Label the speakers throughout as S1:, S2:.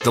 S1: The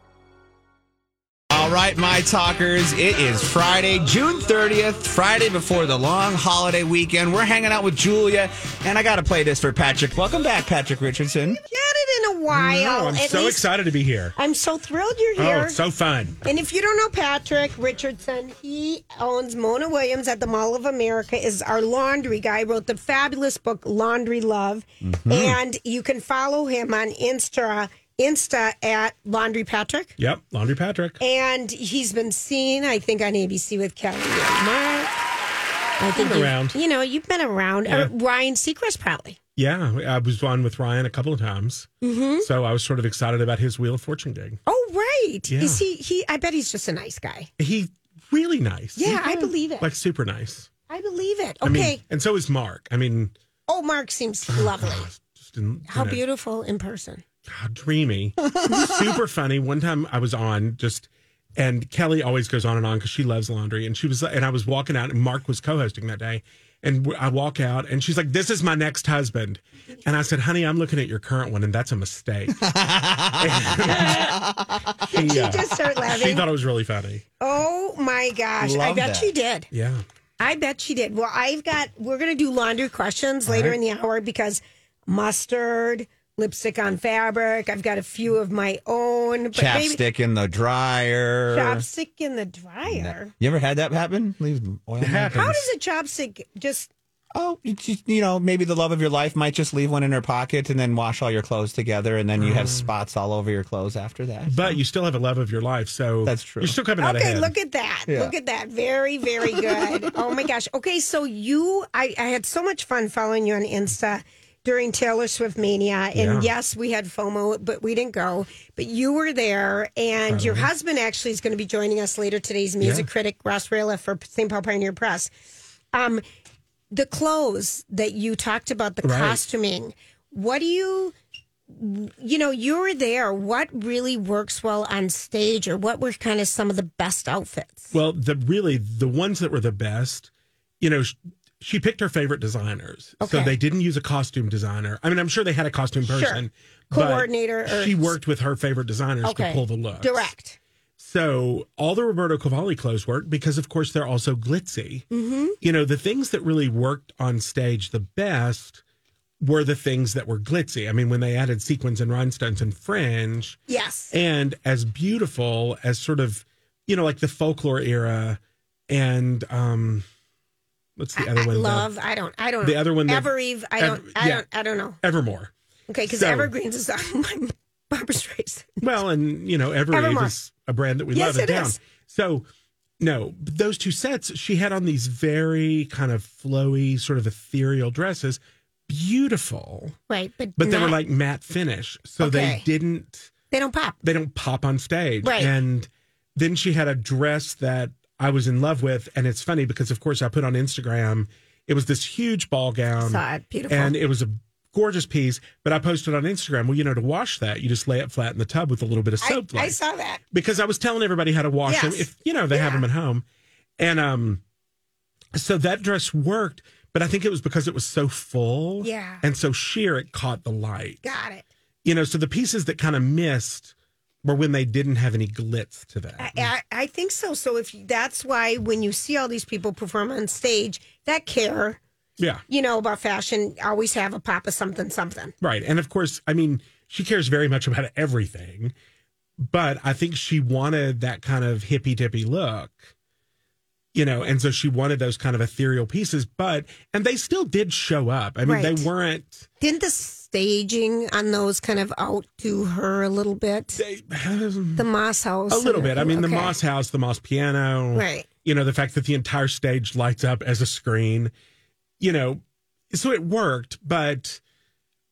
S2: All right, my talkers, it is Friday, June 30th, Friday before the long holiday weekend. We're hanging out with Julia, and I got to play this for Patrick. Welcome back, Patrick Richardson.
S3: Get it in a while.
S4: No, I'm
S3: At
S4: so
S3: least-
S4: excited to be here.
S3: I'm so thrilled you're
S4: Oh,
S3: here.
S4: it's so fun.
S3: and if you don't know Patrick Richardson, he owns Mona Williams at the Mall of America, is our laundry guy, wrote the fabulous book Laundry Love.
S4: Mm-hmm.
S3: And you can follow him on Insta Insta at Laundry Patrick.
S4: Yep, Laundry Patrick.
S3: And he's been seen, I think, on ABC with Kelly and Mark. I think
S4: Been
S3: you've-
S4: around.
S3: You know, you've been around. Uh, Ryan Seacrest, probably.
S4: Yeah, I was on with Ryan a couple of times. Mm-hmm. So I was sort of excited about his Wheel of Fortune gig.
S3: Oh, right.
S4: Yeah.
S3: Is he? He? I bet he's just a nice guy.
S4: He really nice.
S3: Yeah, I believe it.
S4: Like super nice.
S3: I believe it. Okay.
S4: I mean, and so is Mark. I mean,
S3: Oh, Mark seems lovely.
S4: just in,
S3: How
S4: you know,
S3: beautiful in person.
S4: how dreamy, super funny. One time I was on just, and Kelly always goes on and on because she loves laundry. And she was, and I was walking out, and Mark was co-hosting that day. And w- I walk out, and she's like, "This is my next husband," and I said, "Honey, I'm looking at your current one, and that's a mistake." And he, uh,
S3: She just started
S4: she
S3: laughing.
S4: thought it was really funny.
S3: oh my gosh. I
S2: Love
S3: bet
S2: that.
S3: she did.
S4: Yeah,
S3: I bet she did. Well, I've got, we're going to do laundry questions later in the hour because mustard, lipstick on fabric. I've got a few of my own. But Maybe,
S2: Chapstick in the dryer.
S3: chopstick in the dryer.
S2: You ever had that happen? Leave oil. in the-
S4: it happens.
S3: How does a chopstick just,
S2: Oh, it's just, you know, maybe the love of your life might just leave one in her pocket and then wash all your clothes together, and then you
S4: Mm.
S2: have spots all over your clothes after that.
S4: but you still have a love of your life, so
S2: That's true.
S4: You're still coming out
S3: okay,
S4: ahead.
S3: look at that.
S2: Yeah.
S3: Look at that. Very, very good. oh my gosh. Okay, so you, I, I had so much fun following you on Insta during Taylor Swift Mania. And yes, we had FOMO, but we didn't go. But you were there, and your
S4: Uh-huh.
S3: husband actually is going to be joining us later today's music critic, Ross Rayla for St. Paul Pioneer Press. Um, the clothes that you talked about, the
S4: Right.
S3: costuming, what do you. You know, you were there. What really works well on stage, or what were kind of some of the best outfits?
S4: Well, the really the ones that were the best, you know, sh- she picked her favorite designers. So
S3: Okay.
S4: they didn't use a costume designer. I mean, I'm sure they had a costume
S3: Sure.
S4: person but
S3: Coordinator or-
S4: she worked with her favorite designers to pull the look.
S3: Direct.
S4: So all the Roberto Cavalli clothes worked because, of course, they're also glitzy. Mm-hmm. You know, the things that really worked on stage the best were the things that were glitzy. I mean, when they added sequins and rhinestones and fringe,
S3: Yes.
S4: and as beautiful as sort of you know like the folklore era and um what's the other
S3: I
S4: one The-
S3: love. I don't. I don't.
S4: the
S3: know.
S4: other one that-
S3: Evereve. I don't.
S4: Ever-
S3: I
S4: yeah.
S3: don't. I don't know.
S4: evermore
S3: Okay, because
S4: So-
S3: evergreens is on my Barbara Streisand.
S4: well and you know evermore
S3: Evermore.
S4: is a brand that we
S3: Yes,
S4: love and
S3: it
S4: down
S3: is.
S4: so no but those two sets she had on these very kind of flowy sort of ethereal dresses beautiful
S3: Right, but
S4: but they were
S3: not-
S4: like matte finish so
S3: Okay.
S4: they didn't
S3: they don't pop.
S4: they don't pop on stage.
S3: Right.
S4: And then she had a dress that I was in love with. And it's funny because, of course, I put on Instagram, it was this huge ball gown.
S3: Saw it. Beautiful.
S4: um, And it was a gorgeous piece. But I posted on Instagram, well, you know, to wash that, you just lay it flat in the tub with a little bit of
S3: I,
S4: soap.
S3: I
S4: like-
S3: saw that.
S4: because I was telling everybody how to wash
S3: Yes.
S4: them. If you know they have 'em have them at home, and um, so that dress worked, but I think it was because it was so full,
S3: Yeah.
S4: and so sheer it caught the light
S3: Got it.
S4: you know, so the pieces that kind of missed were when they didn't have any glitz to them.
S3: I, I, I think so. So if you- that's why when you see all these people perform on stage, that care
S4: yeah,
S3: you know about fashion always have a pop of something something.
S4: right. And of course, I mean, she cares very much about everything, But I think she wanted that kind of hippy dippy look, you know, and so she wanted those kind of ethereal pieces. But and they still did show up. I mean,
S3: Right.
S4: they weren't.
S3: Didn't the staging on those kind of out to her a little bit?
S4: They,
S3: The Moss House.
S4: a little bit. I mean, the
S3: Okay.
S4: Moss House, the Moss Piano,
S3: Right.
S4: You know, the fact that the entire stage lights up as a screen, you know, so it worked. But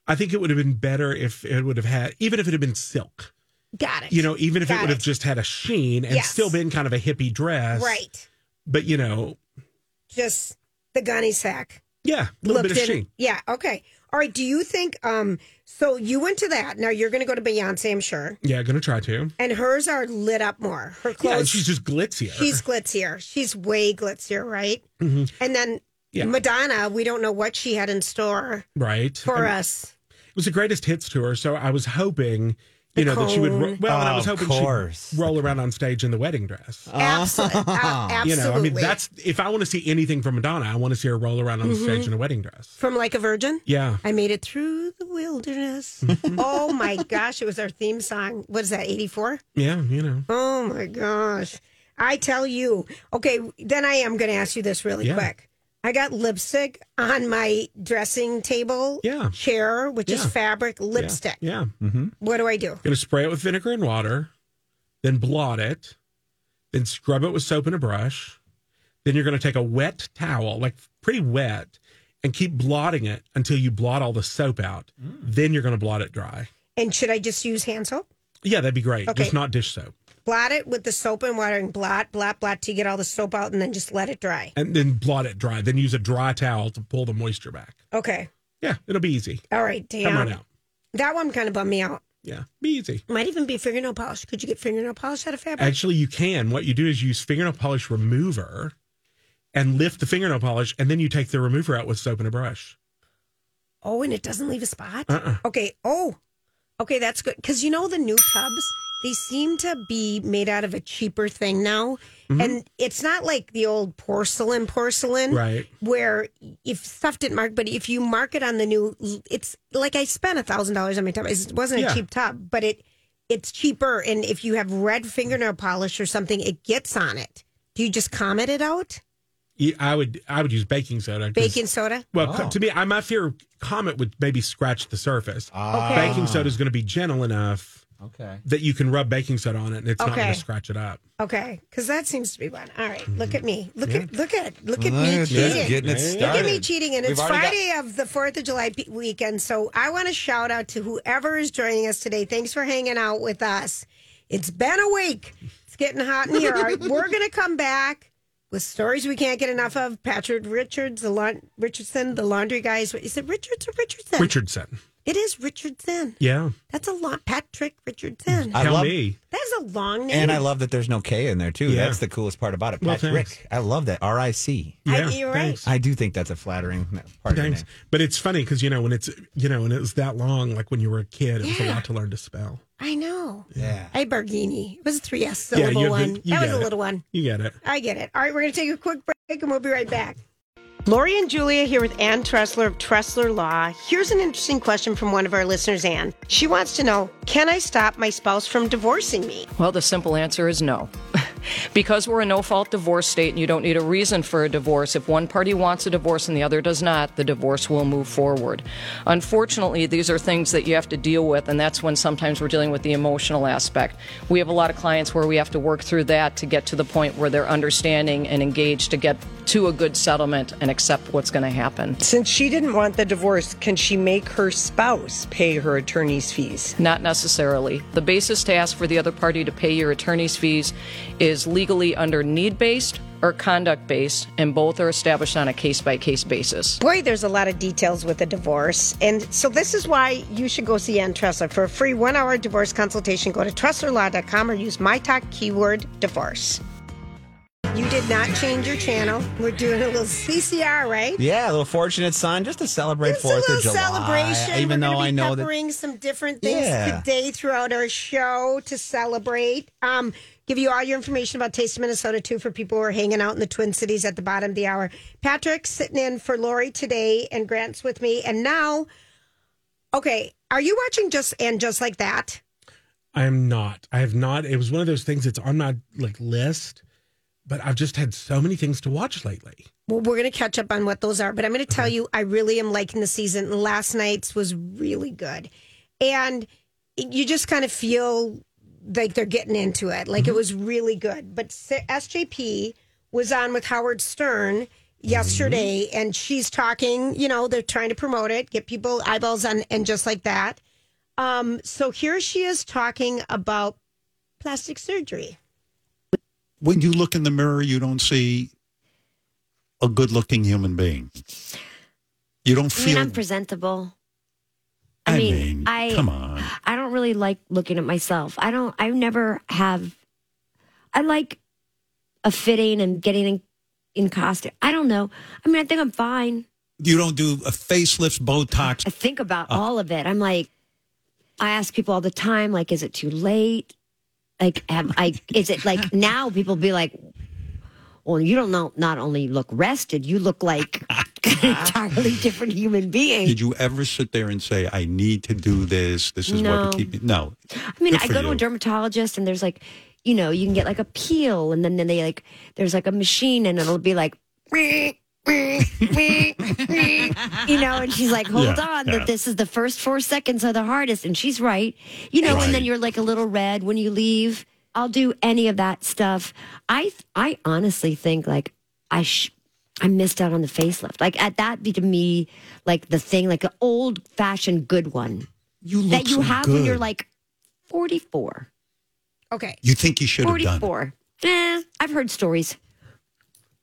S4: I think it would have been better if it would have had, even if it had been silk,
S3: Got it.
S4: you know, even if it
S3: Got
S4: would have
S3: it.
S4: just had a sheen and
S3: Yes.
S4: still been kind of a hippie dress,
S3: Right.
S4: But you know,
S3: Just the gunny sack.
S4: yeah, a little bit of
S3: Lipton.
S4: sheen.
S3: Yeah. Okay. All right. Do you think? Um. So you went to that. Now you're going to go to Beyonce, I'm sure.
S4: Yeah, gonna try to.
S3: And hers are lit up more. Her
S4: Yeah, and
S3: clothes.
S4: she's just glitzier.
S3: she's glitzier. She's way glitzier, right? And then
S4: Mm-hmm. Yeah.
S3: Madonna. We don't know what she had in store
S4: right
S3: for
S4: I mean,
S3: us.
S4: It was the greatest hits tour, so I was hoping. You
S3: The
S4: know that she would ro-
S3: cone.
S4: well, and I
S5: Oh,
S4: was
S5: of
S4: hoping
S5: course.
S4: she'd roll around on stage in the wedding dress.
S3: Absol- a- absolutely.
S4: Ah. You know, I mean, that's if I want to see anything from Madonna, I want to see her roll around on the stage
S3: Mm-hmm.
S4: in a wedding dress.
S3: from like a virgin.
S4: Yeah.
S3: I made it through the wilderness. oh my gosh, it was our theme song. What is that, 84?
S4: Yeah. You know,
S3: Oh my gosh. I tell you. Okay, then I am going to ask you this really
S4: Yeah.
S3: quick. I got lipstick on my dressing table
S4: Yeah.
S3: chair, which is
S4: Yeah.
S3: fabric lipstick.
S4: yeah.
S3: What do I do?
S4: Gonna spray it with vinegar and water, then blot it, then scrub it with soap and a brush. Then you're gonna take a wet towel, like pretty wet, and keep blotting it until you blot all the soap out. Then you're gonna blot it dry.
S3: And should I just use hand soap?
S4: Yeah, that'd be great.
S3: Okay.
S4: Just not dish soap.
S3: Blot it with the soap and water and blot, blot, blot till you get all the soap out and then just let it dry.
S4: And then blot it dry. Then use a dry towel to pull the moisture back.
S3: Okay.
S4: Yeah, it'll be easy.
S3: All right,
S4: Come on
S3: damn.
S4: out.
S3: That one kind of bummed me out.
S4: Yeah, be easy.
S3: Might even be fingernail polish. Could you get fingernail polish out of fabric?
S4: Actually, you can. What you do is use fingernail polish remover and lift the fingernail polish, and then you take the remover out with soap and a brush.
S3: Oh, and it doesn't leave a spot?
S4: Uh-uh.
S3: Okay. Oh, okay. That's good. Because you know, the new tubs, they seem to be made out of a cheaper thing now.
S4: Mm-hmm.
S3: And it's not like the old porcelain, porcelain,
S4: Right.
S3: where if stuff didn't mark, but if you mark it on the new, it's like I spent a $1,000 on my tub. It wasn't a
S4: Yeah.
S3: cheap tub, but it it's cheaper. And if you have red fingernail polish or something, it gets on it. Do you just comment it out?
S4: You- I would I would use baking soda. 'cause-
S3: Baking soda?
S4: Well,
S5: Oh.
S4: co- to me, I, my fear Comet would maybe scratch the surface.
S5: Ah.
S4: Baking soda is going to be gentle enough
S5: Okay.
S4: that you can rub baking soda on it, and it's not going
S3: Okay.
S4: to scratch it up.
S3: Okay, because that seems to be one. All right, look at me. Look at look at look
S2: Uh,
S3: at me
S5: Look at you
S3: cheating.
S5: getting it
S3: Look
S4: Look
S3: at me
S5: started.
S3: cheating, and
S5: We've
S3: it's
S5: already got-
S3: Friday of the Fourth of July pe- weekend. So I want to shout out to whoever is joining us today. Thanks for hanging out with us. It's been a week. It's getting hot in here. All right, we're gonna come back with stories we can't get enough of. Patrick Richards, the laun- Richardson, the laundry guys. Is it Richards or Richardson?
S4: Richardson.
S3: It is Richardson.
S4: Yeah.
S3: That's a long Patrick Richardson.
S5: I
S4: Tell
S5: love-
S4: me.
S3: That's a long name.
S5: And I love that there's no K in there too.
S4: Yeah.
S5: That's the coolest part about it.
S4: Well,
S5: Patrick.
S4: thanks.
S5: I love that. R I C.
S3: I-
S4: Yeah.
S3: you're right.
S4: thanks.
S5: I do think that's a flattering part of your
S4: Thanks.
S5: name.
S4: But it's funny because, you know, when it's, you know, and it was that long, like when you were a kid, it was a
S3: Yeah.
S4: lot to learn to spell.
S3: I know.
S5: Yeah.
S3: I Barghini. It was a three S
S4: Yeah,
S3: syllable
S4: you're the-
S3: one.
S4: you
S3: that was
S4: got
S3: a
S4: it.
S3: little one.
S4: You get it.
S3: I get it. All right, we're going to take a quick break and we'll be right back. Lori and Julia here with Ann Tressler of Tressler Law. Here's an interesting question from one of our listeners, Ann. She wants to know Can I stop my spouse from divorcing me?
S6: Well, the simple answer is no. because we're a no fault divorce state and you don't need a reason for a divorce, if one party wants a divorce and the other does not, the divorce will move forward. Unfortunately, these are things that you have to deal with, and that's when sometimes we're dealing with the emotional aspect. We have a lot of clients where we have to work through that to get to the point where they're understanding and engaged to get to a good settlement and accept what's going to happen.
S7: Since she didn't want the divorce, can she make her spouse pay her attorney's fees?
S6: Not necessarily. The basis to ask for the other party to pay your attorney's fees is legally under need based or conduct based, and both are established on a case by case basis.
S3: Boy, there's a lot of details with a divorce. And so this is why you should go see Ann Tressler. For a free one hour divorce consultation, go to TresslerLaw.com or use my talk keyword divorce. You did not change your channel. We're doing a little CCR, right?
S5: Yeah, a little fortunate son, just to celebrate
S3: It's a
S5: Fourth
S3: little
S5: of July.
S3: celebration.
S5: Even
S3: We're
S5: though
S3: gonna be
S5: I know that
S3: peppering some different things
S5: Yeah.
S3: today throughout our show to celebrate. Um, give you all your information about Taste of Minnesota too for people who are hanging out in the Twin Cities at the bottom of the hour. Patrick's sitting in for Lori today, and Grant's with me. And now, okay, are you watching just and just like that?
S4: I am not. I have not. It was one of those things that's on my like list, but I've just had so many things to watch lately.
S3: Well, we're going to catch up on what those are, but I'm going to tell you, I really am liking the season. Last night's was really good. And it- you just kind of feel like they're getting into it. Like it was really good. But S- SJP was on with Howard Stern yesterday, and she's talking, you know, they're trying to promote it, get people eyeballs on, and just like that. Um, so here she is talking about plastic surgery.
S8: when you look in the mirror, you don't see a good looking human being. You don't
S9: I mean,
S8: feel.
S9: I'm presentable.
S8: I
S9: mean,
S8: mean,
S9: I-
S8: come on.
S9: I don't really like looking at myself. I don't, I never have, I like a fitting and getting in, in costume. I don't know. I mean, I think I'm fine.
S8: You don't do a facelifts, Botox. Uh.
S9: I think about all of it. I'm like, I ask people all the time, like, is it too late? Like, have I, is it like now people be like, well, you don't know, not only look rested, you look like an entirely different human being.
S8: Did you ever sit there and say, "I need to do this. This is
S9: No.
S8: what would keep me"? No.
S9: I mean,
S8: Good
S9: I
S8: for
S9: go to a
S8: you.
S9: dermatologist and there's like, you know, you can get like a peel and then, then they like, there's like a machine and it'll be like, you know, and she's like, hold
S8: Yeah,
S9: on,
S8: yeah.
S9: that this is the first four seconds are the hardest. And she's right, you know, and then
S8: Right.
S9: you're like a little red when you leave. I'll do any of that stuff. I, I honestly think like I, sh- I missed out on the facelift. Like at that be to me, like the thing, like an old fashioned good one
S8: You look
S9: that you
S8: so
S9: have
S8: good.
S9: when you're like 44.
S3: Okay.
S8: You think you should have done. it.
S9: 44. Eh, I've heard stories.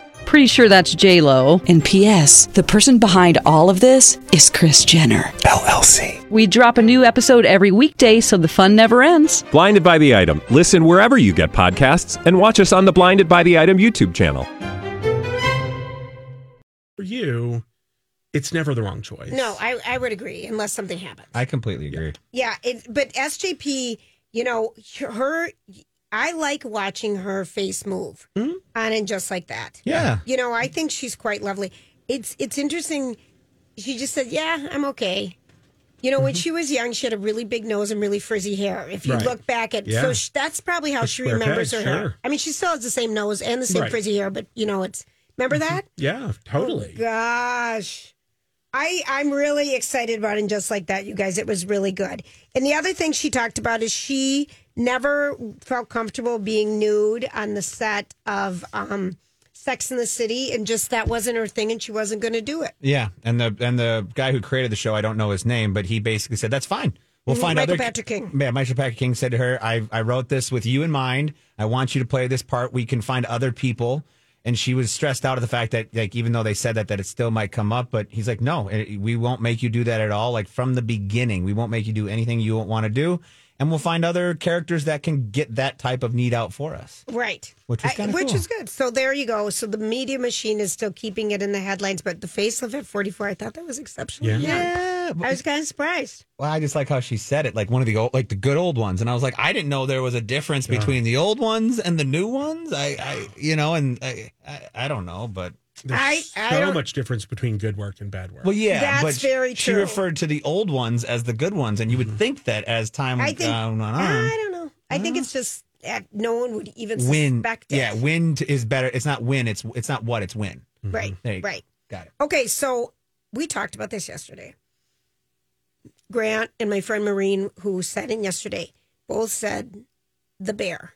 S10: Pretty sure that's J Lo. And P.S. The person behind all of this is Chris Jenner LLC. We drop a new episode every weekday, so the fun never ends.
S11: Blinded by the item. Listen wherever you get podcasts, and watch us on the Blinded by the Item YouTube channel.
S4: you, it's never the wrong choice.
S3: No, I, I would agree unless something happens.
S5: I completely agree.
S3: Yeah, it, but SJP, you know, her. I like watching her face move
S12: Hmm?
S3: on and just like that.
S5: Yeah.
S3: you know, I think she's quite lovely. It's it's interesting. She just said, "Yeah, I'm okay." You know, when she was young, she had a really big nose and really frizzy hair. If you
S12: Mm-hmm. Right.
S3: look back at,
S12: Yeah.
S3: so sh that's probably how
S12: A
S3: she
S12: square
S3: remembers
S12: peg,
S3: her hair.
S12: sure.
S3: I mean, she still has the same nose and the same
S4: Right.
S3: frizzy hair, but you know, it's remember
S12: Mm-hmm.
S3: that.
S4: Yeah,
S3: Oh,
S4: totally.
S3: Gosh. I, I'm really excited about it and just like that, you guys. It was really good. And the other thing she talked about is she never felt comfortable being nude on the set of um, Sex in the City and just that wasn't her thing and she wasn't going to do it.
S5: Yeah, and the and the guy who created the show, I don't know his name, but he basically said that's fine. We'll
S3: Mhm,
S5: find
S3: Michael
S5: other
S3: Patrick King.
S5: Yeah, Michael Patrick King said to her, "I I wrote this with you in mind. I want you to play this part. We can find other people." And she was stressed out of the fact that like even though they said that that it still might come up, but he's like, "No, eh, we won't make you do that at all. Like from the beginning, we won't make you do anything you won't want to do." And we'll find other characters that can get that type of need out for us.
S3: Right.
S5: Which was
S3: I-
S5: kinda
S3: which
S5: cool.
S3: is good. So there you go. So the media machine is still keeping it in the headlines, but the facelift at 44, I thought that was exceptional.
S5: Yeah.
S3: I was kind of surprised.
S5: Well, I just like how she said it, like one of the old, like the good old ones, and I was like, I didn't know there was a difference between the old ones and the new ones. I, I you know, and I, I, I don't know, but
S3: I, I
S4: so
S3: don't-
S4: much difference between good work and bad work.
S5: well, yeah,
S3: That's
S5: but
S3: very
S5: She
S3: true.
S5: referred to the old ones as the good ones, and you would think that as time
S3: I
S5: went
S3: think,
S5: on, on,
S3: I don't know. I think it's just that no one would even
S5: win,
S3: suspect it.
S5: yeah, win t- is better. It's not win, it's it's not what, it's win.
S3: Right.
S5: Mm-hmm. There you go.
S3: Right.
S5: Got it.
S3: Okay, so we talked about this yesterday. Grant and my friend Maureen, who sat in yesterday, both said the bear.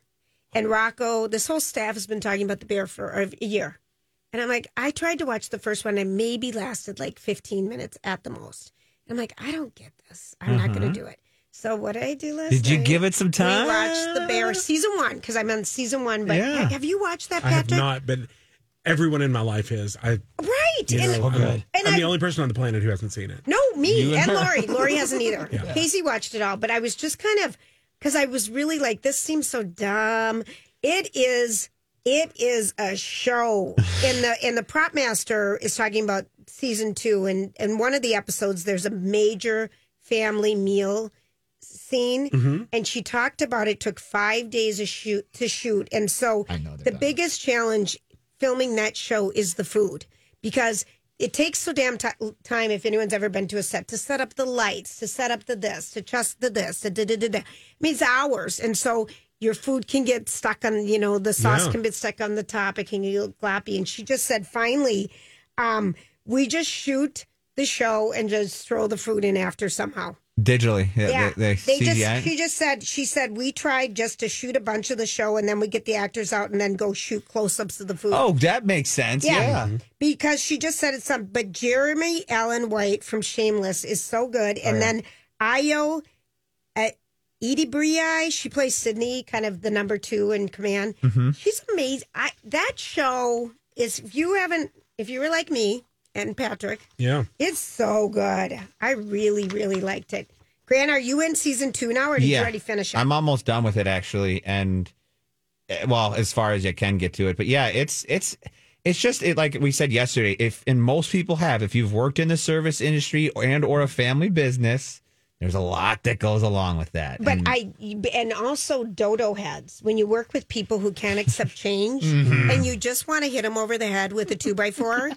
S3: And Rocco, this whole staff has been talking about the bear for a year. And I'm like, I tried to watch the first one and maybe lasted like 15 minutes at the most. And I'm like, I don't get this. I'm not going
S5: Uh-huh.
S3: to do it. So what did I do last
S5: Did you
S3: night?
S5: give it some time?
S3: We watched the bear season one because I'm on season one. But
S4: Yeah.
S3: have you watched that,
S4: I have
S3: Patrick?
S4: not, but everyone in my life is. I
S3: Right.
S4: you
S3: And-
S4: know, I'm,
S3: and
S4: I'm
S3: I-
S4: the only person on the planet who hasn't seen it.
S3: No, me
S4: You
S3: and,
S4: and her.
S3: Lori. Lori hasn't either.
S4: Yeah.
S3: Casey watched it all, but I was just kind of because I was really like, this seems so dumb. It is. It is a show. and the and the prop master is talking about season two, and and one of the episodes there's a major family meal scene
S12: Mhm.
S3: and she talked about it took five days to shoot to shoot and so the biggest challenge filming that show is the food because it takes so damn ti time if anyone's ever been to a set to set up the lights to set up the this to just the this to da, da, da, da. it means hours and so your food can get stuck on you know the sauce
S12: Yeah.
S3: can get stuck on the top it can get gloppy and she just said finally um, we just shoot the show and just throw the food in after somehow
S5: Digitally, yeah,
S3: yeah,
S5: They, they CGI.
S3: just she just said she said we tried just to shoot a bunch of the show and then we get the actors out and then go shoot close ups of the food.
S5: oh, that makes sense. Yeah. Mm-hmm.
S3: because she just said it's something. But Jeremy Allen White from Shameless is so good, and
S5: Oh, yeah.
S3: then Io at Edie Brei, she plays Sydney, kind of the number two in command.
S5: Mm-hmm.
S12: Mhm.
S3: She's amazing. I that show is if you haven't if you were like me and Patrick.
S4: Yeah.
S3: It's so good. I really, really liked it. Grant, are you in season two now, or did you already finish it?
S5: I'm almost done with it actually, and eh, well, as far as you can get to it. But yeah, it's it's it's just it, like we said yesterday. If and most people have, if you've worked in the service industry and or a family business, There's a lot that goes along with that.
S3: But
S5: And-
S3: I and also dodo heads. When you work with people who can't accept change,
S5: Mhm.
S3: and you just want to hit them over the head with a two by four,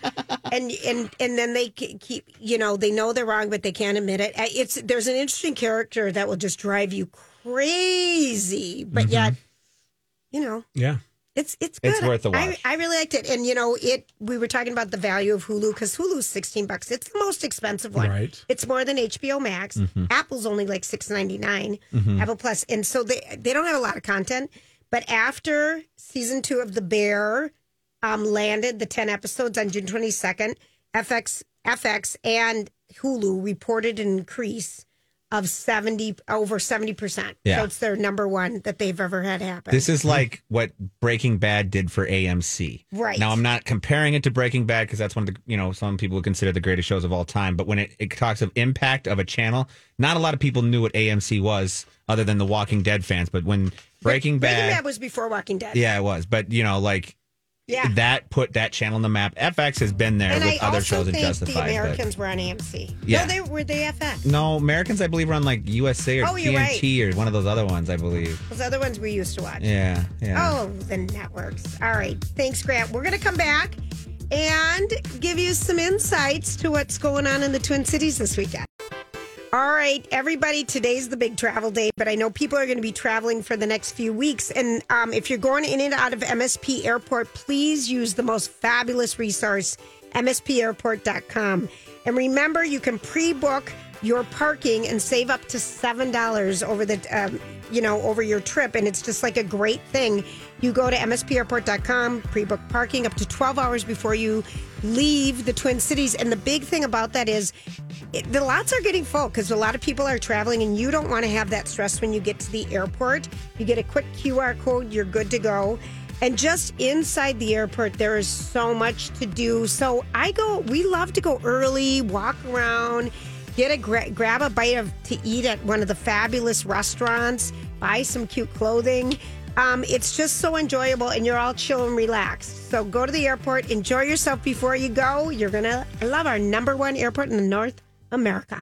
S3: and and and then they ke- keep you know they know they're wrong, but they can't admit it. Uh, It's there's an interesting character that will just drive you crazy, but
S4: Mhm.
S3: yet you know
S4: Yeah.
S3: it's it's good.
S4: It's worth a
S3: I,
S4: watch.
S3: I really liked it, and you know it. We were talking about the value of Hulu because Hulu's sixteen bucks. It's the most expensive one.
S4: Right.
S3: It's more than HBO Max.
S4: Mhm.
S3: Apple's only like six ninety nine.
S4: Mhm.
S3: Apple Plus, and so they they don't have a lot of content. But after season two of The Bear um, landed, the ten episodes on June twenty second, FX FX and Hulu reported an increase of seventy over seventy percent.
S5: Yeah.
S3: So it's their number one that they've ever had happen.
S5: This is like what Breaking Bad did for AMC.
S3: Right.
S5: Now I'm not comparing it to Breaking Bad because that's one of the you know some people would consider the greatest shows of all time. But when it, it talks of impact of a channel, not a lot of people knew what AMC was other than the Walking Dead fans. But when Breaking Bad,
S3: Breaking Bad was before Walking Dead.
S5: yeah, it was. But you know, like
S3: Yeah.
S5: that put that channel on the map. FX has been there
S3: and
S5: with
S3: I
S5: other
S3: also
S5: shows and
S3: think
S5: Justified.
S3: the
S5: but-
S3: Americans were on AMC.
S5: Yeah.
S3: No, they were they FX.
S5: no, Americans, I believe, are on like USA or
S3: Oh, you're
S5: TNT or one of those other ones, I believe.
S3: Those other ones we used to watch.
S5: Yeah, yeah.
S3: Oh, the networks. All right. Thanks, Grant. We're going to come back and give you some insights to what's going on in the Twin Cities this weekend. All right, everybody, today's the big travel day, but I know people are going to be traveling for the next few weeks. And um, if you're going in and out of MSP Airport, please use the most fabulous resource, MSPAirport.com. And remember, you can pre book your parking and save up to $7 over the. Um, you know, over your trip, and it's just like a great thing. You go to mspairport.com, pre book parking up to 12 hours before you leave the Twin Cities. And the big thing about that is it, the lots are getting full because a lot of people are traveling and you don't want to have that stress when you get to the airport. You get a quick QR code, you're good to go. And just inside the airport, there is so much to do. So I go, we love to go early, walk around, get a gra- grab a bite of to eat at one of the fabulous restaurants, buy some cute clothing. Um, it's just so enjoyable, and you're all chill and relaxed. So go to the airport, enjoy yourself before you go. You're gonna love our number one airport in North America.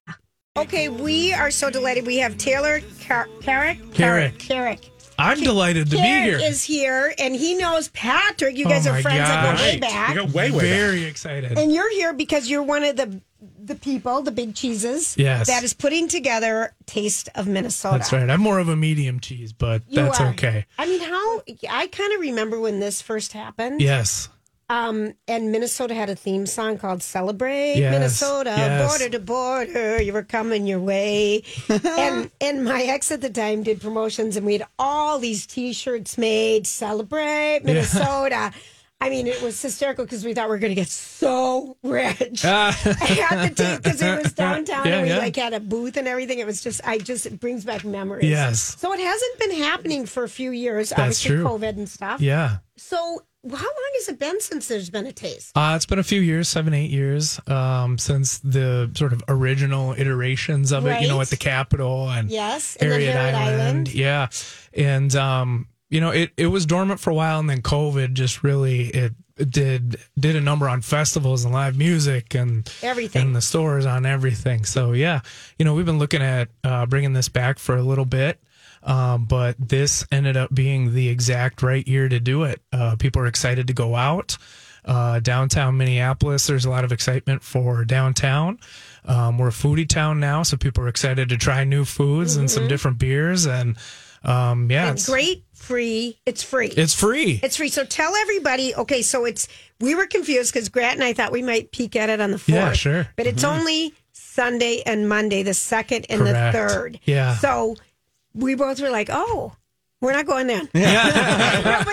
S3: Okay, we are so delighted. We have Taylor Car- Carrick.
S12: Carrick.
S3: Carrick.
S12: I'm delighted to be here.
S3: Carrick is here, and he knows Patrick. You
S12: Oh
S3: guys are
S12: my
S3: friends. I go
S12: gosh.
S3: way back.
S12: You go way, way Very back. excited.
S3: And you're here because you're one of the the people, the big cheeses,
S12: Yes.
S3: that is putting together Taste of Minnesota.
S12: That's right. I'm more of a medium cheese, but
S3: You
S12: that's
S3: are.
S12: okay.
S3: I mean, how I kind of remember when this first happened.
S12: Yes.
S3: Um, and Minnesota had a theme song called "Celebrate
S12: Yes,
S3: Minnesota,
S12: yes.
S3: border to border, you were coming your way." and and my ex at the time did promotions, and we had all these T-shirts made, "Celebrate Minnesota." I mean, it was hysterical because we thought we were going to get so rich
S12: Ah.
S3: at the time because it was downtown
S12: Yeah,
S3: and we
S12: yeah.
S3: like had a booth and everything. It was just, I just it brings back memories.
S12: Yes.
S3: So it hasn't been happening for a few years.
S12: That's
S3: obviously,
S12: true.
S3: COVID and stuff.
S12: Yeah.
S3: So, how long has it been since there's been a taste?
S12: Uh, it's been a few years, seven, eight years, um, since the sort of original iterations of it, you know,
S3: Right.
S12: at the Capitol and
S3: Yes, and then
S12: Harriet
S3: Harriet
S12: Island.
S3: Island.
S12: Yeah. And, um, you know, it, it was dormant for a while and then COVID just really, it did, did a number on festivals and live music and
S3: Everything.
S12: and the stores on everything. So yeah, you know, we've been looking at, uh, bringing this back for a little bit. Um, but this ended up being the exact right year to do it. Uh, people are excited to go out. Uh, downtown Minneapolis, there's a lot of excitement for downtown. Um, we're a foodie town now, so people are excited to try new foods and some
S9: Mm-hmm.
S3: Mhm.
S12: different beers. And um, yeah,
S3: And
S12: it's-
S3: great free. It's free.
S12: It's free.
S3: It's free. So tell everybody. Okay, so it's we were confused because Grant and I thought we might peek at it on the fourth.
S12: Yeah, sure.
S3: But it's
S12: Mhm.
S3: only Sunday and Monday, the second and
S12: Correct.
S3: the third.
S12: Yeah.
S3: So we both were like, oh, we're not going then. we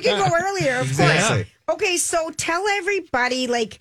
S3: can go earlier, of
S12: Exactly.
S3: course. Okay, so tell everybody like.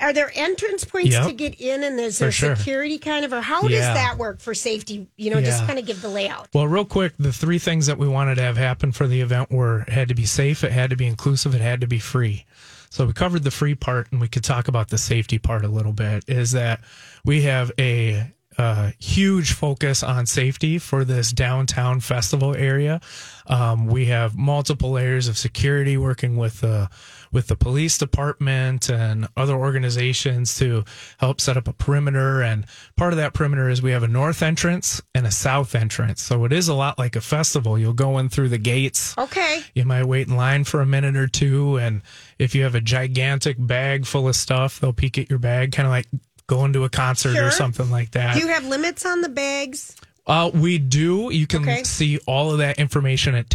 S3: Are there entrance points
S12: Yep.
S3: to get in, and is
S12: For
S3: there
S12: sure.
S3: security kind of, or how
S12: Yeah.
S3: does that work for safety? You know, just
S12: Yeah.
S3: kind of give the layout.
S12: Well, real quick, the three things that we wanted to have happen for the event were it had to be safe, it had to be inclusive, it had to be free. So we covered uh, the free part and we could talk about the safety part a little bit. Is that we have a uh, huge focus on safety for this downtown festival area. Um, we have multiple layers of security working with the with the police department and other organizations to help set up a perimeter. And part of that perimeter is we have a north entrance and a south entrance. So it is a lot like a festival. You'll go in through the gates.
S3: Okay.
S12: You might wait in line for a minute or two. And if you have a gigantic bag full of stuff, they'll peek at your bag, kind of like going to a concert
S3: Sure.
S12: or something like that.
S3: Do you have limits on the bags?
S12: uh, we do. You can
S3: Okay.
S12: see all of that information at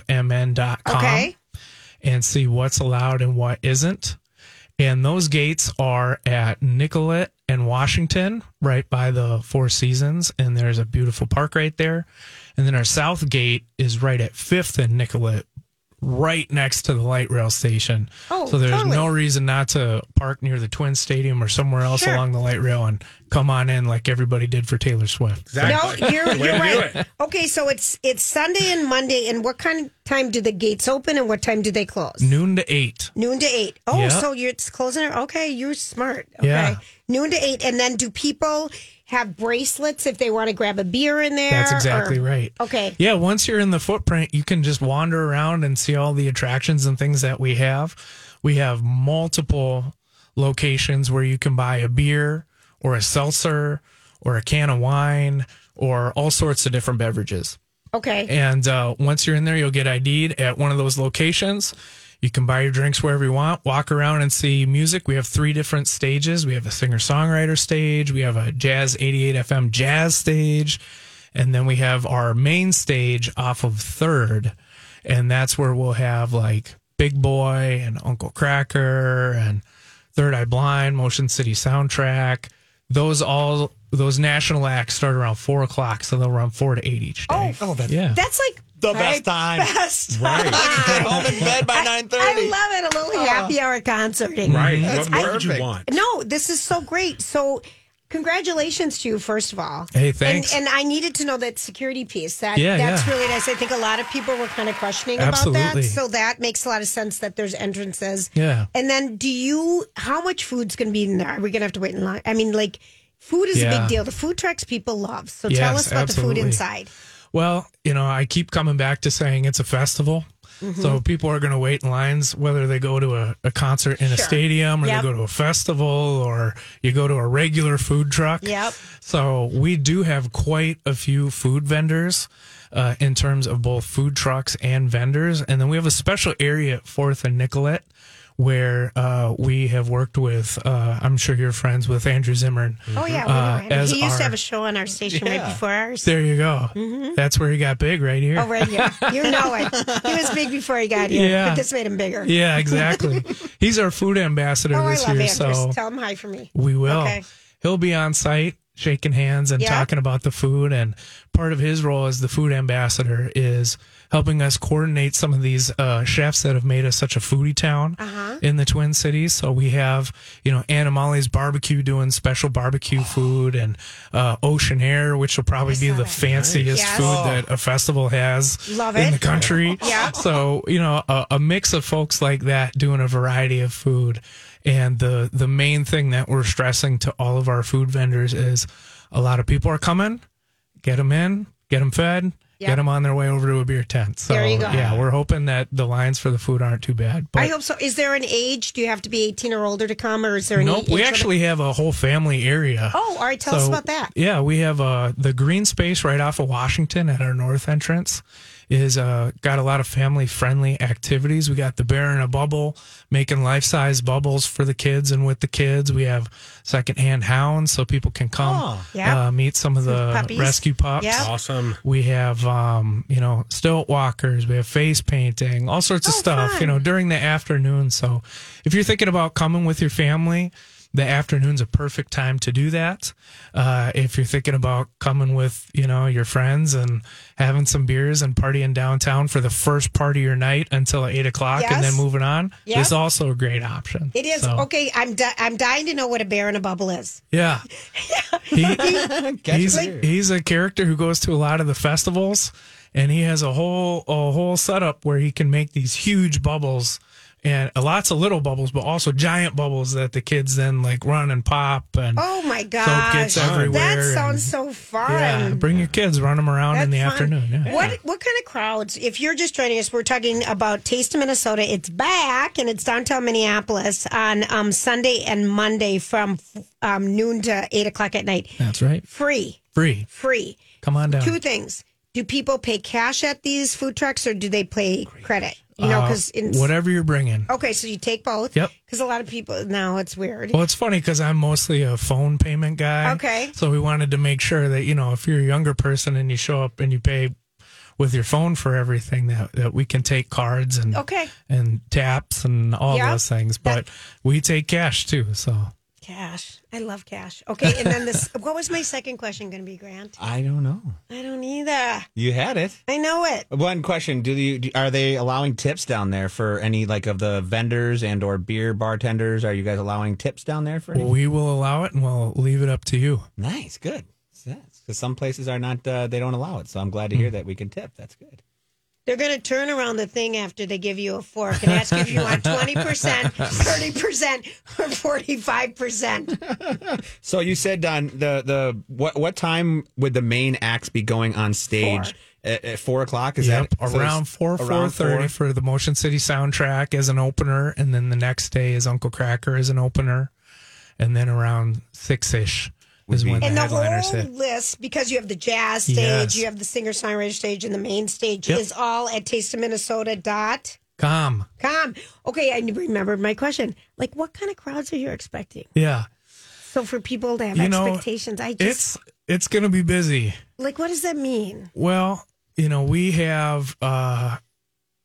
S12: tasteofmn.com
S3: Okay.
S12: and see what's allowed and what isn't. And those gates are at Nicollet and Washington, right by the Four Seasons. And there's a beautiful park right there. And then our south gate is right at Fifth and Nicollet, right next to the light rail station.
S13: Oh,
S12: so there's
S13: totally.
S12: no reason not to park near the Twin Stadium or somewhere else
S3: Sure.
S12: along the light rail and come on in like everybody did for Taylor Swift.
S3: No, you're, you're right. Okay, so it's it's Sunday and Monday, and what kind of time do the gates open, and what time do they close?
S12: Noon to eight.
S3: Noon to eight. Oh,
S12: Yeah.
S3: so you're it's closing. at- Okay, you're smart. Okay,
S12: Yeah.
S3: noon to eight, and then do people have bracelets if they want to grab a beer in there?
S12: That's
S3: or-
S12: exactly right.
S3: Okay.
S12: Yeah, once you're in the footprint, you can just wander around and see all the attractions and things that we have. We have multiple locations where you can buy a beer or a seltzer or a can of wine or all sorts of different beverages.
S3: Okay.
S12: And uh, once you're in there, you'll get ID'd at one of those locations. You can buy your drinks wherever you want, walk around and see music. We have three different stages we have a singer songwriter stage, we have a Jazz 88 FM jazz stage, and then we have our main stage off of third. And that's where we'll have like Big Boy and Uncle Cracker and Third Eye Blind, Motion City Soundtrack. Those all those national acts start around four o'clock, so they'll run four to eight each day. Oh, that's, yeah.
S3: That's like
S12: The
S3: my
S12: best time.
S3: Best
S12: Right.
S3: time. I- I, love it. A
S12: Uh-huh.
S3: little happy hour concerting.
S4: Right.
S3: That's
S4: What more could you
S3: perfect.
S4: want?
S3: No, this is so great. So. Congratulations to you, first of all.
S12: Hey, thanks.
S3: And, and I needed to know that security piece. That
S12: Yeah,
S3: that's
S12: yeah.
S3: really nice. I think a lot of people were kind of questioning about that.
S12: Absolutely.
S3: So that makes a lot of sense that there's entrances.
S12: Yeah.
S3: And then, do you? How much food's going to be in there? Are we going to have to wait in line? I mean, like, food is a
S12: Yeah.
S3: big deal. The food trucks people love. So tell us
S12: Yes,
S3: about the
S12: absolutely.
S3: food inside.
S12: Well, you know, I keep coming back to saying it's a festival.
S3: Mhm.
S13: Mm-hmm.
S12: So people are going to wait in lines, whether they go to a, a concert in a
S13: Sure.
S12: stadium or
S13: Yep.
S12: they go to a festival or you go to a regular food truck.
S13: Yep.
S12: So we do have quite a few food vendors uh, in terms of both food trucks and vendors. And then we have a special area at 4th and Nicollet where uh, we have worked with, uh, I'm sure you're friends with Andrew Zimmern.
S3: Oh yeah, we
S12: uh,
S3: know him.
S12: as
S3: he used
S12: our-
S3: to have a show on our station right
S12: Yeah.
S3: before ours.
S12: There you go.
S13: Mm-hmm.
S3: Mhm.
S12: That's where he got big right here.
S3: Oh, right here. You know it. He was big before he got here,
S12: Yeah.
S3: but this made him bigger.
S12: Yeah, exactly. He's our food ambassador
S3: oh, I
S12: this
S3: love
S12: year,
S3: Andrews.
S12: so
S3: Tell him hi for me.
S12: we will.
S3: Okay.
S12: He'll be on site shaking hands and
S3: Yeah.
S12: talking about the food and part of his role as the food ambassador is helping us coordinate some of these uh, chefs that have made us such a foodie town
S3: Uh-huh.
S12: in the twin cities so we have you know animale's barbecue doing special
S3: Oh.
S12: barbecue food and uh, ocean air which will probably be the fanciest
S13: Yes.
S12: food
S13: Oh.
S12: that a festival has
S13: Love
S12: in
S13: it.
S12: the country.
S13: Yeah.
S12: So you know, a, a mix of folks like that doing a variety of food, and the the main thing that we're stressing to all of our food vendors is a lot of people are coming, get them in, get them fed.
S3: Yeah.
S12: Get them on their way over to a beer tent. So
S3: There you go.
S12: yeah, we're hoping that the lines for the food aren't too bad.
S3: I hope so. Is there an age? Do you have to be 18 or older to come, or is there an
S12: Nope,
S3: age?
S12: we
S3: limit?
S12: actually have a whole family area.
S3: Oh, all right. Tell us about that.
S12: Yeah, we have uh, the green space right off of Washington at our north entrance is uh, got a lot of family friendly activities. We got the bear in a bubble, making life size bubbles for the kids and with the kids. We have secondhand hounds so people can come
S13: Oh, yeah.
S12: uh, meet some of the
S13: Puppies.
S12: rescue pups.
S13: Yeah.
S4: Awesome.
S12: We have um, you know stilt walkers. We have face painting, all sorts
S3: Oh,
S12: of stuff. You know during the afternoon. So if you're thinking about coming with your family, the afternoon's a perfect time to do that. Uh, if you're thinking about coming with you know your friends and having some beers and partying downtown for the first part of your night until eight o'clock and then
S3: Yes.
S12: moving on,
S3: Yeah.
S12: is also a great option.
S3: It is
S12: So,
S3: okay. I'm di- I'm dying to know what a bear in a bubble is.
S12: Yeah. He-
S3: Catch
S12: he's,
S3: it.
S12: he's a character who goes to a lot of the festivals and he has a whole a whole setup where he can make these huge bubbles and uh, lots of little bubbles, but also giant bubbles that the kids then like run and pop and
S3: Oh my
S12: soap
S3: gosh.
S12: gets everywhere.
S3: That
S12: and-
S3: sounds so fun.
S12: Yeah, bring your kids, run them around in the
S3: That's fun.
S12: afternoon. Yeah.
S3: What what kind of crowds? If you're just joining us, we're talking about Taste of Minnesota. It's back and it's downtown Minneapolis on um, Sunday and Monday from um, noon to eight o'clock at night.
S12: That's right.
S3: Free,
S12: Free.
S3: free.
S12: Come on down.
S3: Two things: Do people pay cash at these food trucks, or do they pay credit? You know,
S12: Uh,
S3: because
S12: whatever you're bringing.
S3: Okay, so you take both.
S12: Yep.
S3: Because a lot of people now it's weird.
S12: Well, it's funny because I'm mostly a phone payment guy.
S3: Okay.
S12: So we wanted to make sure that, you know, if you're a younger person and you show up and you pay with your phone for everything, that, that we can take cards and
S3: Okay.
S12: and taps and all
S3: Yeah.
S12: those things. But we take cash too. So
S3: Cash. I love cash. Okay, and then this. what was my second question going to be, Grant?
S5: I don't know.
S3: I don't either.
S5: You had it.
S3: I know it.
S5: One question: Do you do, are they allowing tips down there for any like of the vendors and or beer bartenders? Are you guys allowing tips down there for? Any?
S12: we will allow it and we'll leave it up to you.
S5: nice, good. Because some places are not, uh, they don't allow it. So I'm glad to hear
S12: Hmm.
S5: that we can tip. That's good.
S3: They're going to turn around the thing after they give you a fork and ask if you want 20%, 30%, or 45%.
S5: So you said, Don, the the what what time would the main acts be going on stage? At, at four o'clock? Is
S12: yep.
S5: that so
S12: around
S5: it's
S12: four four
S5: around
S12: thirty for the Motion City soundtrack as an opener, and then the next day is Uncle Cracker as an opener, and then around six ish is when the
S3: and the
S12: headliners
S3: whole
S12: hit.
S3: list, because you have the jazz stage,
S12: Yes.
S3: you have the singer songwriter stage, and the main stage,
S12: Yep.
S3: is all at tasteofminnesota.com.
S12: Come.
S3: Okay, I remembered my question. Like, what kind of crowds are you expecting?
S12: Yeah.
S3: So, for people to have
S12: You know,
S3: expectations, I just,
S12: It's it's gonna be busy.
S3: like, what does that mean?
S12: Well, you know, we have uh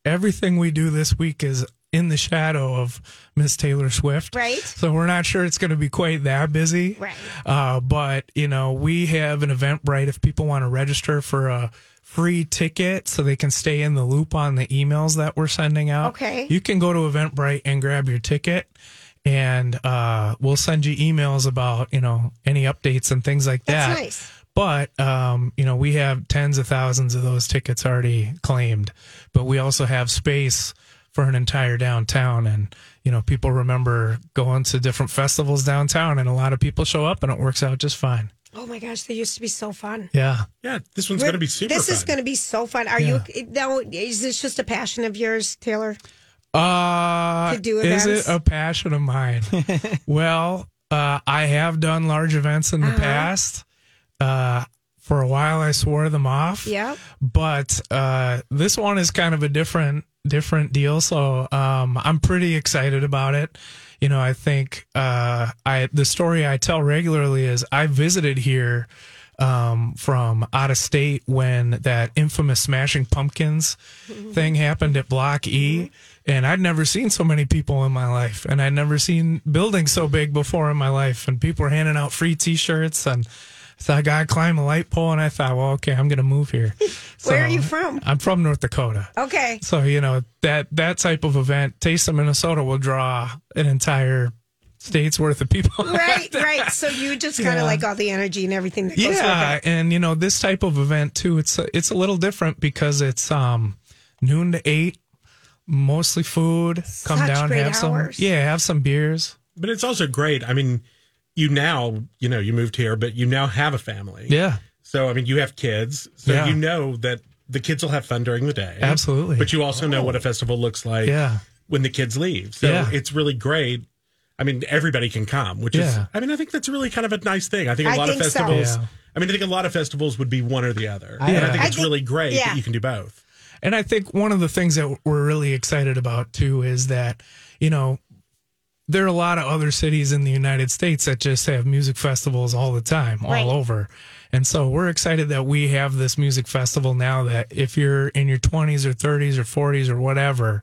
S12: everything we do this week is in the shadow of Miss Taylor Swift.
S3: Right.
S12: So we're not sure it's going to be quite that busy.
S3: Right.
S12: Uh, but, you know, we have an event, right? If people want to register for a free ticket so they can stay in the loop on the emails that we're sending out.
S3: Okay.
S12: You can go to Eventbrite and grab your ticket and uh, we'll send you emails about, you know, any updates and things like
S3: That's
S12: that.
S3: nice.
S12: But um, you know, we have tens of thousands of those tickets already claimed, but we also have space for an entire downtown and you know people remember going to different festivals downtown and a lot of people show up and it works out just fine
S3: Oh my gosh, they used to be so fun.
S12: yeah
S4: yeah this one's
S3: We're-
S4: going to be super
S3: This is
S4: fun.
S3: going to be so fun. Are you now? Is this just a passion of yours, Taylor?
S12: Uh,
S3: To do
S12: is
S3: events?
S12: it a passion of mine? well, uh, I have done large events in the
S3: Uh-huh.
S12: past. Uh, for a while, I swore them off.
S3: Yep.
S12: But uh, this one is kind of a different different deal. So um, I'm pretty excited about it. You know, I think uh, I the story I tell regularly is I visited here um, from out of state when that infamous Smashing Pumpkins thing happened at Block E. And I'd never seen so many people in my life. And I'd never seen buildings so big before in my life. And people were handing out free t shirts. And so I got to climb a light pole. And I thought, well, okay, I'm going to move here.
S3: Where are
S12: So
S3: you from?
S12: I'm from North Dakota.
S3: Okay.
S12: So, you know, that, that type of event, Taste of Minnesota, will draw an entire state's worth of people.
S3: Right, right. So you just kind of
S12: Yeah.
S3: like all the energy and everything that goes with
S12: yeah
S3: it.
S12: and you know this type of event too it's a, it's a little different because it's um noon to eight mostly food come
S4: Such
S12: down
S4: great
S12: have
S4: hours.
S12: some yeah have some beers
S4: But it's also great. I mean, you now, you know, you moved here, but you now have a family.
S12: Yeah.
S4: So, I mean, you have kids. So
S12: Yeah.
S4: you know that the kids will have fun during the day.
S12: Absolutely.
S4: But you also know what a festival looks like
S12: Yeah.
S4: when the kids leave. So
S12: Yeah.
S4: it's really great. I mean, everybody can come, which is,
S12: Yeah.
S4: I mean, I think that's really kind of a nice thing. I think a
S3: I
S4: lot of
S3: think so.
S4: festivals,
S3: Yeah.
S4: I mean, I think a lot of festivals would be one or the other. And I
S12: Yeah.
S4: think
S12: I
S4: it's
S12: think-
S4: really great
S12: yeah.
S4: that you can do both.
S12: and i think one of the things that we're really excited about too is that you know there are a lot of other cities in the United States that just have music festivals all the time, all over. And so we're excited that we have this music festival now that if you're in your 20s or 30s or 40s or whatever,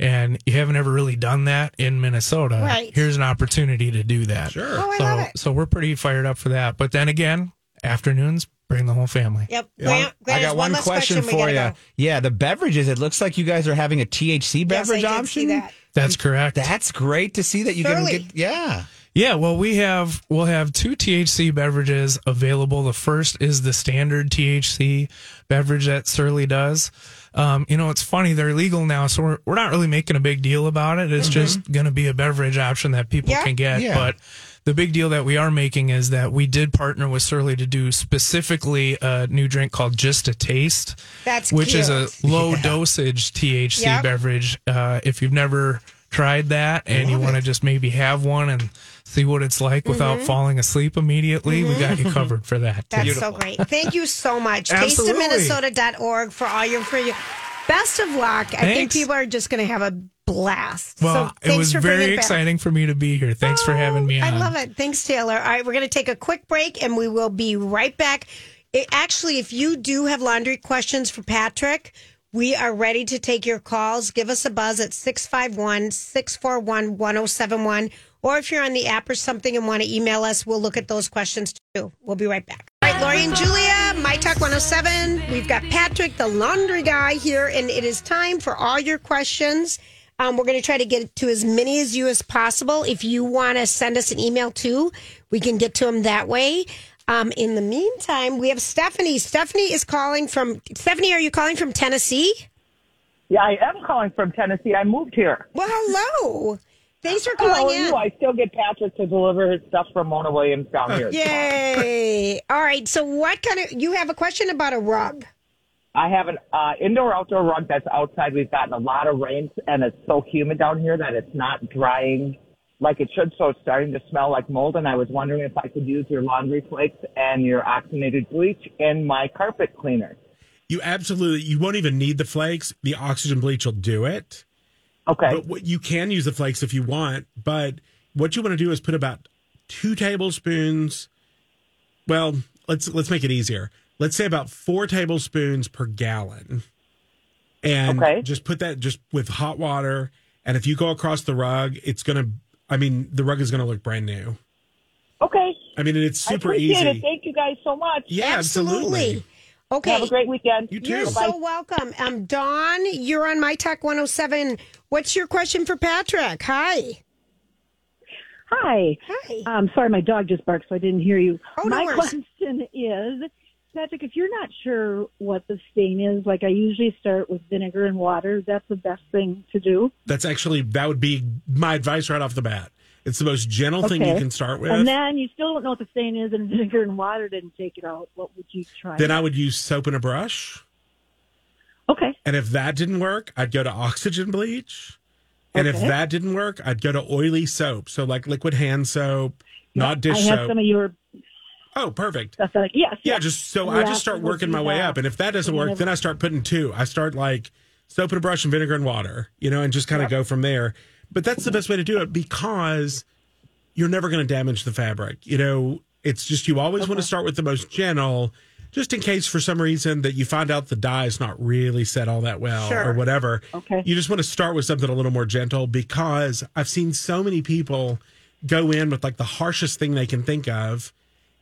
S12: and you haven't ever really done that in Minnesota,
S3: Right.
S12: here's an opportunity to do that.
S4: Sure.
S3: Oh, I
S12: so,
S3: love it.
S12: so we're pretty fired up for that. But then again, afternoons, bring the whole family.
S3: Yep.
S5: Yeah.
S3: Grant, Grant,
S5: I
S3: there's
S5: got one
S3: last
S5: question,
S3: we
S5: for
S3: gotta
S5: you.
S3: go.
S5: Yeah, the beverages. It looks like you guys are having a THC
S3: Yes, I
S5: beverage
S3: did see
S5: option.
S3: that.
S12: That's correct.
S5: That's great to see that you
S3: Surely.
S5: can get. Yeah.
S12: Yeah, well, we have we'll have two THC beverages available. The first is the standard THC beverage that Surly does. Um, you know, it's funny they're legal now, so we're, we're not really making a big deal about it.
S3: Mm-hmm.
S12: It's
S13: Mhm.
S12: just going to be a beverage option that people
S13: Yeah.
S12: can get.
S13: Yeah.
S12: But the big deal that we are making is that we did partner with Surly to do specifically a new drink called Just a Taste,
S3: That's
S12: which is a
S3: cute.
S12: low dosage THC
S3: Yep.
S12: beverage. Uh, if you've never tried that and you want to just maybe have one and see what it's like without
S3: Mhm.
S12: falling asleep immediately, we got you
S3: Mhm.
S12: covered for that.
S3: That's so great. Thank you so much. TasteOfMinnesota.org for all your free. Best of luck. I think
S12: Thanks.
S3: people are just going to have a blast.
S12: Well,
S3: so thanks
S12: it was
S3: for bringing
S12: very
S3: it back. Oh,
S12: exciting for me to be here. Thanks for having me on.
S3: I love it. Thanks, Taylor. All right, we're going to take a quick break and we will be right back. It- actually, if you do have laundry questions for Patrick, we are ready to take your calls. Give us a buzz at 651 641 1071. Or if you're on the app or something and want to email us, we'll look at those questions too. We'll be right back. All right, Lori and Julia, My Talk 107. We've got Patrick, the laundry guy, here, and it is time for all your questions. Um, we're going to try to get to as many as you as possible. If you want to send us an email too, we can get to them that way. Um, in the meantime, we have Stephanie. Stephanie is calling from Stephanie. Are you calling from Tennessee?
S14: Yeah, I am calling from Tennessee. I moved here.
S3: Well, hello. Thanks for
S14: How
S3: calling
S14: are
S3: in.
S14: you? I still get Patrick to deliver his stuff from Mona Williams down here.
S3: Yay! All right. So, what kind of you have a question about a rug?
S14: I have an uh, indoor outdoor rug that's outside. We've gotten a lot of rains, and it's so humid down here that it's not drying like it should. So it's starting to smell like mold. And I was wondering if I could use your laundry flakes and your oxygenated bleach in my carpet cleaner.
S4: You absolutely you won't even need the flakes. The oxygen bleach will do it.
S14: Okay.
S4: But what, you can use the flakes if you want, but what you want to do is put about two tablespoons. Well, let's let's make it easier. Let's say about four tablespoons per gallon, and just put that just with hot water. And if you go across the rug, it's gonna. I mean, the rug is gonna look brand new.
S14: Okay.
S4: I mean, and it's super
S14: I appreciate
S4: easy.
S14: it. Thank you guys so much.
S4: Yeah, absolutely.
S3: Okay.
S14: Have a great weekend.
S4: You
S3: You're so welcome. Um, Dawn, you're on My Talk 107. What's your question for Patrick? Hi.
S15: Hi.
S3: Hi.
S15: Um, sorry, my dog just barked, so I didn't hear you.
S3: Oh, no
S15: my
S3: worries.
S15: question is, Patrick, if you're not sure what the stain is, like I usually start with vinegar and water. That's the best thing to do.
S4: That's actually that would be my advice right off the bat. It's the most gentle thing you
S15: Okay.
S4: can start with.
S15: And then you still don't know what the stain is, and vinegar and water didn't take it out. What would you try?
S4: Then I would use soap and a brush.
S15: Okay.
S4: And if that didn't work, I'd go to oxygen bleach. And if
S15: Okay.
S4: that didn't work, I'd go to oily soap. So like liquid hand soap, not
S15: I
S4: dish
S15: have
S4: soap.
S15: some of your
S4: oh, perfect.
S15: stuff. That I, yes.
S4: Yeah, just so I just start working my way up. And if that doesn't work, then I start putting two. I start like soap and a brush and vinegar and water, you know, and just kind of go from there. But that's the best way to do it because you're never going to damage the fabric. You know, it's just you always want to start with the most gentle, just in case for some reason that you find out the dye is not really set all that well
S13: Sure.
S4: or whatever.
S15: Okay.
S4: You just want to start with something a little more gentle because I've seen so many people go in with like the harshest thing they can think of.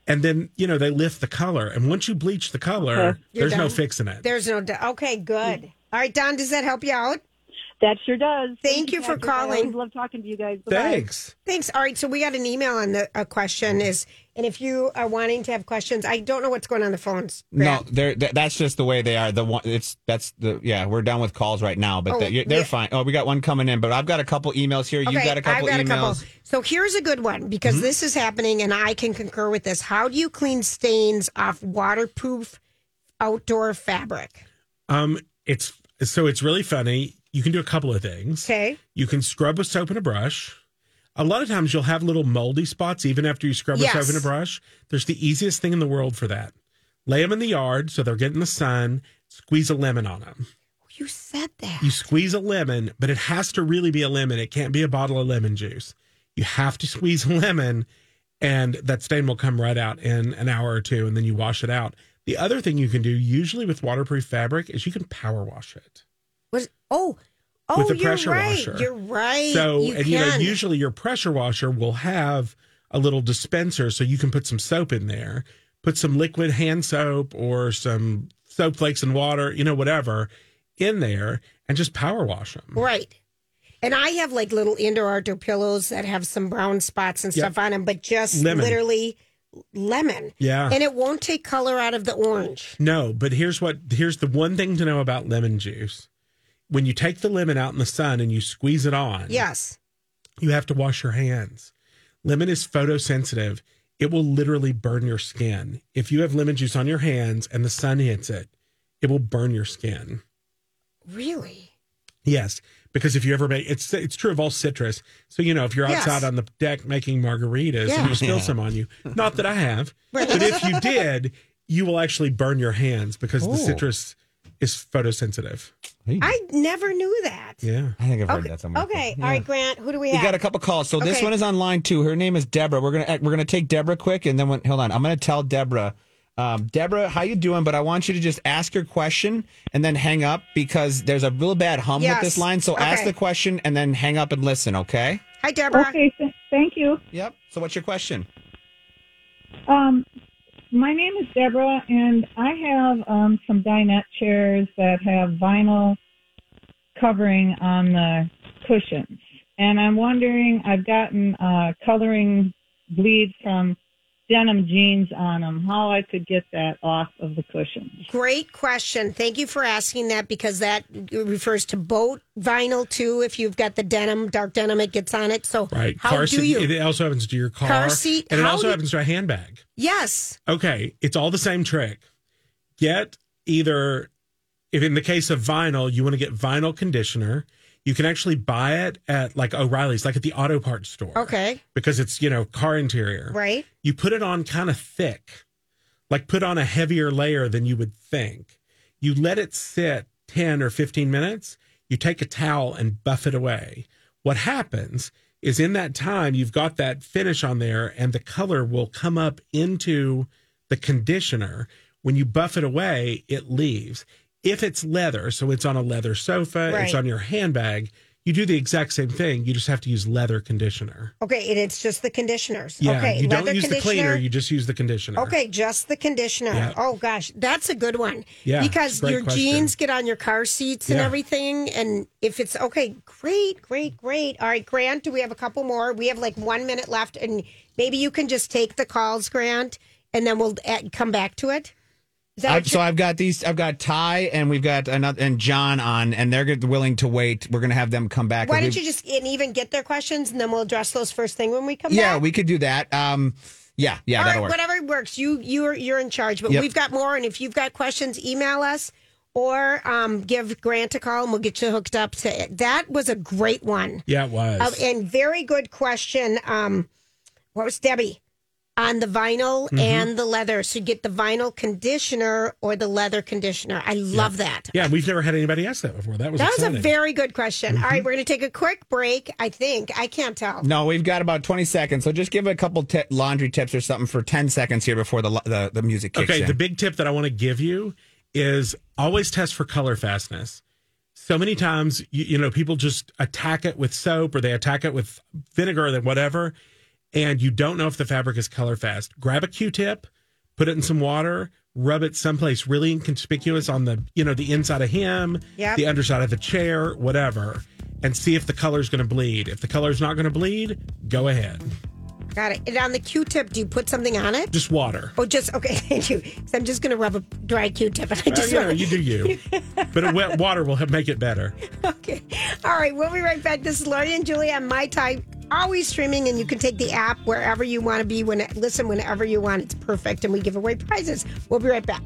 S4: And then, you know, they lift the color. And once you bleach the color,
S3: Okay. Uh-huh. You're
S4: there's no
S3: done?
S4: fixing it.
S3: There's no. do- Okay, good. All right, Don, does that help you out?
S15: That sure does.
S3: Thank, you for
S15: Patrick, I
S3: calling.
S15: always love talking to you guys.
S4: Thanks.
S3: Thanks. All right, so we got an email on the a question is, and if you are wanting to have questions, I don't know what's going on the phones.
S5: No, they're, th- that's just the way they are. The one, it's that's the yeah. We're done with calls right now, but
S3: Oh,
S5: the- you're- they're
S3: yeah.
S5: fine. Oh, we got one coming in, but I've got a couple emails here. you got a couple
S3: I've got
S5: emails. Mm-hmm.
S3: a couple. So here's a good one because this is happening, and I can concur with this. How do you clean stains off waterproof outdoor fabric?
S4: Um, it's so it's really funny. You can do a couple of things.
S3: Okay.
S4: You can scrub with soap and a brush. A lot of times you'll have little moldy spots even after you scrub with
S13: Yes.
S4: soap and a brush. There's the easiest thing in the world for that. Lay them in the yard so they're getting the sun. Squeeze a lemon on them.
S3: You said that.
S4: You squeeze a lemon, but it has to really be a lemon. It can't be a bottle of lemon juice. You have to squeeze a lemon, and that stain will come right out in an hour or two, and then you wash it out. The other thing you can do, usually with waterproof fabric, is you can power wash it.
S3: Was oh oh
S4: With a
S3: you're
S4: pressure
S3: right.
S4: washer.
S3: You're right.
S4: So,
S3: you
S4: and
S3: can.
S4: you know, usually your pressure washer will have a little dispenser so you can put some soap in there, put some liquid hand soap or some soap flakes and water, you know, whatever in there, and just power wash them.
S3: right. And I have like little indoor outdoor pillows that have some brown spots and
S4: Yep.
S3: stuff on them, but just
S4: Lemon.
S3: literally lemon.
S4: Yeah.
S3: And it won't take color out of the orange.
S4: No, but here's what here's the one thing to know about lemon juice. When you take the lemon out in the sun and you squeeze it on,
S3: Yes.
S4: you have to wash your hands. Lemon is photosensitive. It will literally burn your skin. If you have lemon juice on your hands and the sun hits it, it will burn your skin.
S3: Really?
S4: Yes, because if you ever make it's it's true of all citrus. So you know if you're
S3: Yes.
S4: outside on the deck making margaritas
S3: Yeah.
S4: and you spill
S3: Yeah.
S4: some on you, not that I have, but if you did, you will actually burn your hands because
S3: Oh.
S4: the citrus is photosensitive.
S3: I never knew that.
S4: Yeah,
S5: I think I've heard
S3: okay.
S5: that somewhere.
S3: Okay.
S5: Yeah.
S3: All right, Grant. Who do we
S5: We
S3: have?
S5: got a couple calls. So this
S3: Okay.
S5: one is online too. Her name is Deborah. We're gonna uh, we're gonna take Deborah quick, and then when, hold on, I'm gonna tell Deborah. Um, Deborah, how you doing? But I want you to just ask your question and then hang up because there's a real bad hum
S3: Yes.
S5: with this line. So ask
S3: Okay.
S5: the question and then hang up and listen. Okay.
S3: Hi, Deborah.
S15: Okay, th- thank you.
S5: Yep. So what's your question?
S15: Um, my name is Deborah, and I have um, some dinette chairs that have vinyl covering on the cushions. And I'm wondering, I've gotten uh, coloring bleed from denim jeans on them, how I could get that off of the cushions.
S3: Great question. Thank you for asking that because that refers to boat vinyl too. If you've got the denim, dark denim, it gets on it. So
S4: Right.
S3: how
S4: car
S3: do
S4: seat.
S3: you?
S4: It also happens to your car,
S3: Car seat.
S4: and it
S3: How
S4: also
S3: do-
S4: happens to a handbag.
S3: yes.
S4: Okay, it's all the same trick. Get either, if in the case of vinyl, you want to get vinyl conditioner. You can actually buy it at like O'Reilly's, like at the auto parts store,
S3: Okay.
S4: because it's you know car interior.
S3: Right.
S4: You put it on kind of thick, like put on a heavier layer than you would think. You let it sit ten or fifteen minutes. You take a towel and buff it away. What happens is in that time you've got that finish on there, and the color will come up into the conditioner. When you buff it away, it leaves. If it's leather, so it's on a leather sofa,
S3: Right.
S4: it's on your handbag, you do the exact same thing. You just have to use leather conditioner.
S3: Okay. And it's just the conditioners.
S4: Yeah,
S3: okay.
S4: you
S3: leather
S4: don't use the cleaner,
S3: conditioner.
S4: you just use the conditioner.
S3: Okay, just the conditioner.
S4: Yeah.
S3: Oh gosh, that's a good one.
S4: Yeah, it's a
S3: because
S4: great
S3: your
S4: question.
S3: jeans get on your car seats and
S4: Yeah.
S3: everything, and if it's okay, great, great, great. All right, Grant, do we have a couple more? We have like one minute left, and maybe you can just take the calls, Grant, and then we'll a- come back to it. Is that
S5: I,
S3: what you-
S5: so I've got these. I've got Ty and we've got another and John on, and they're good- willing to wait. We're gonna have them come back.
S3: why
S5: We've-
S3: don't you just and even get their questions, and then we'll address those first thing when we come
S5: Yeah,
S3: back.
S5: we could do that. Um, yeah, yeah,
S3: All
S5: that'll
S3: right,
S5: work.
S3: whatever works. You you're you're in charge, but
S5: Yep.
S3: we've got more. And if you've got questions, email us or um, give Grant a call, and we'll get you hooked up to it. That was a great one,
S4: Yeah, it was.
S3: Uh, and very good question. Um, what was Debbie on the vinyl
S5: Mm-hmm.
S4: Mhm.
S3: and the leather? So get the vinyl conditioner or the leather conditioner. I love that.
S4: yeah, we've never had anybody ask that before. That was
S3: That was
S4: exciting.
S3: a very good question. All
S5: Mm-hmm.
S3: right, we're going to take a quick break. I think I can't tell.
S5: No, we've got about 20 seconds. So just give a couple t- laundry tips or something for 10 seconds here before the lo- the, the music kicks
S4: okay,
S5: in.
S4: the big tip that I want to give you is always test for color fastness. So many times, you, you know, people just attack it with soap or they attack it with vinegar or whatever, and you don't know if the fabric is color fast. Grab a Q-tip, put it in some water, rub it someplace really inconspicuous on the, you know, the inside of him,
S3: Yep.
S4: the underside of the chair, whatever, and see if the color's going to bleed. If the color's not going to bleed, go ahead.
S5: Mm-hmm.
S3: Got it. And on the Q-tip, do you put something on it?
S4: Just water.
S3: Oh, just okay. Thank you. 'Cause I'm just going to rub a dry Q-tip, and I
S4: Uh,
S3: just
S4: you know,
S3: wanna-
S4: you do you. but a wet water will help make it better.
S3: okay. All right, we'll be right back. This is Lori and Julia on my time. Always streaming, and you can take the app wherever you want to be. When listen, whenever you want, it's perfect, and we give away prizes. We'll be right back.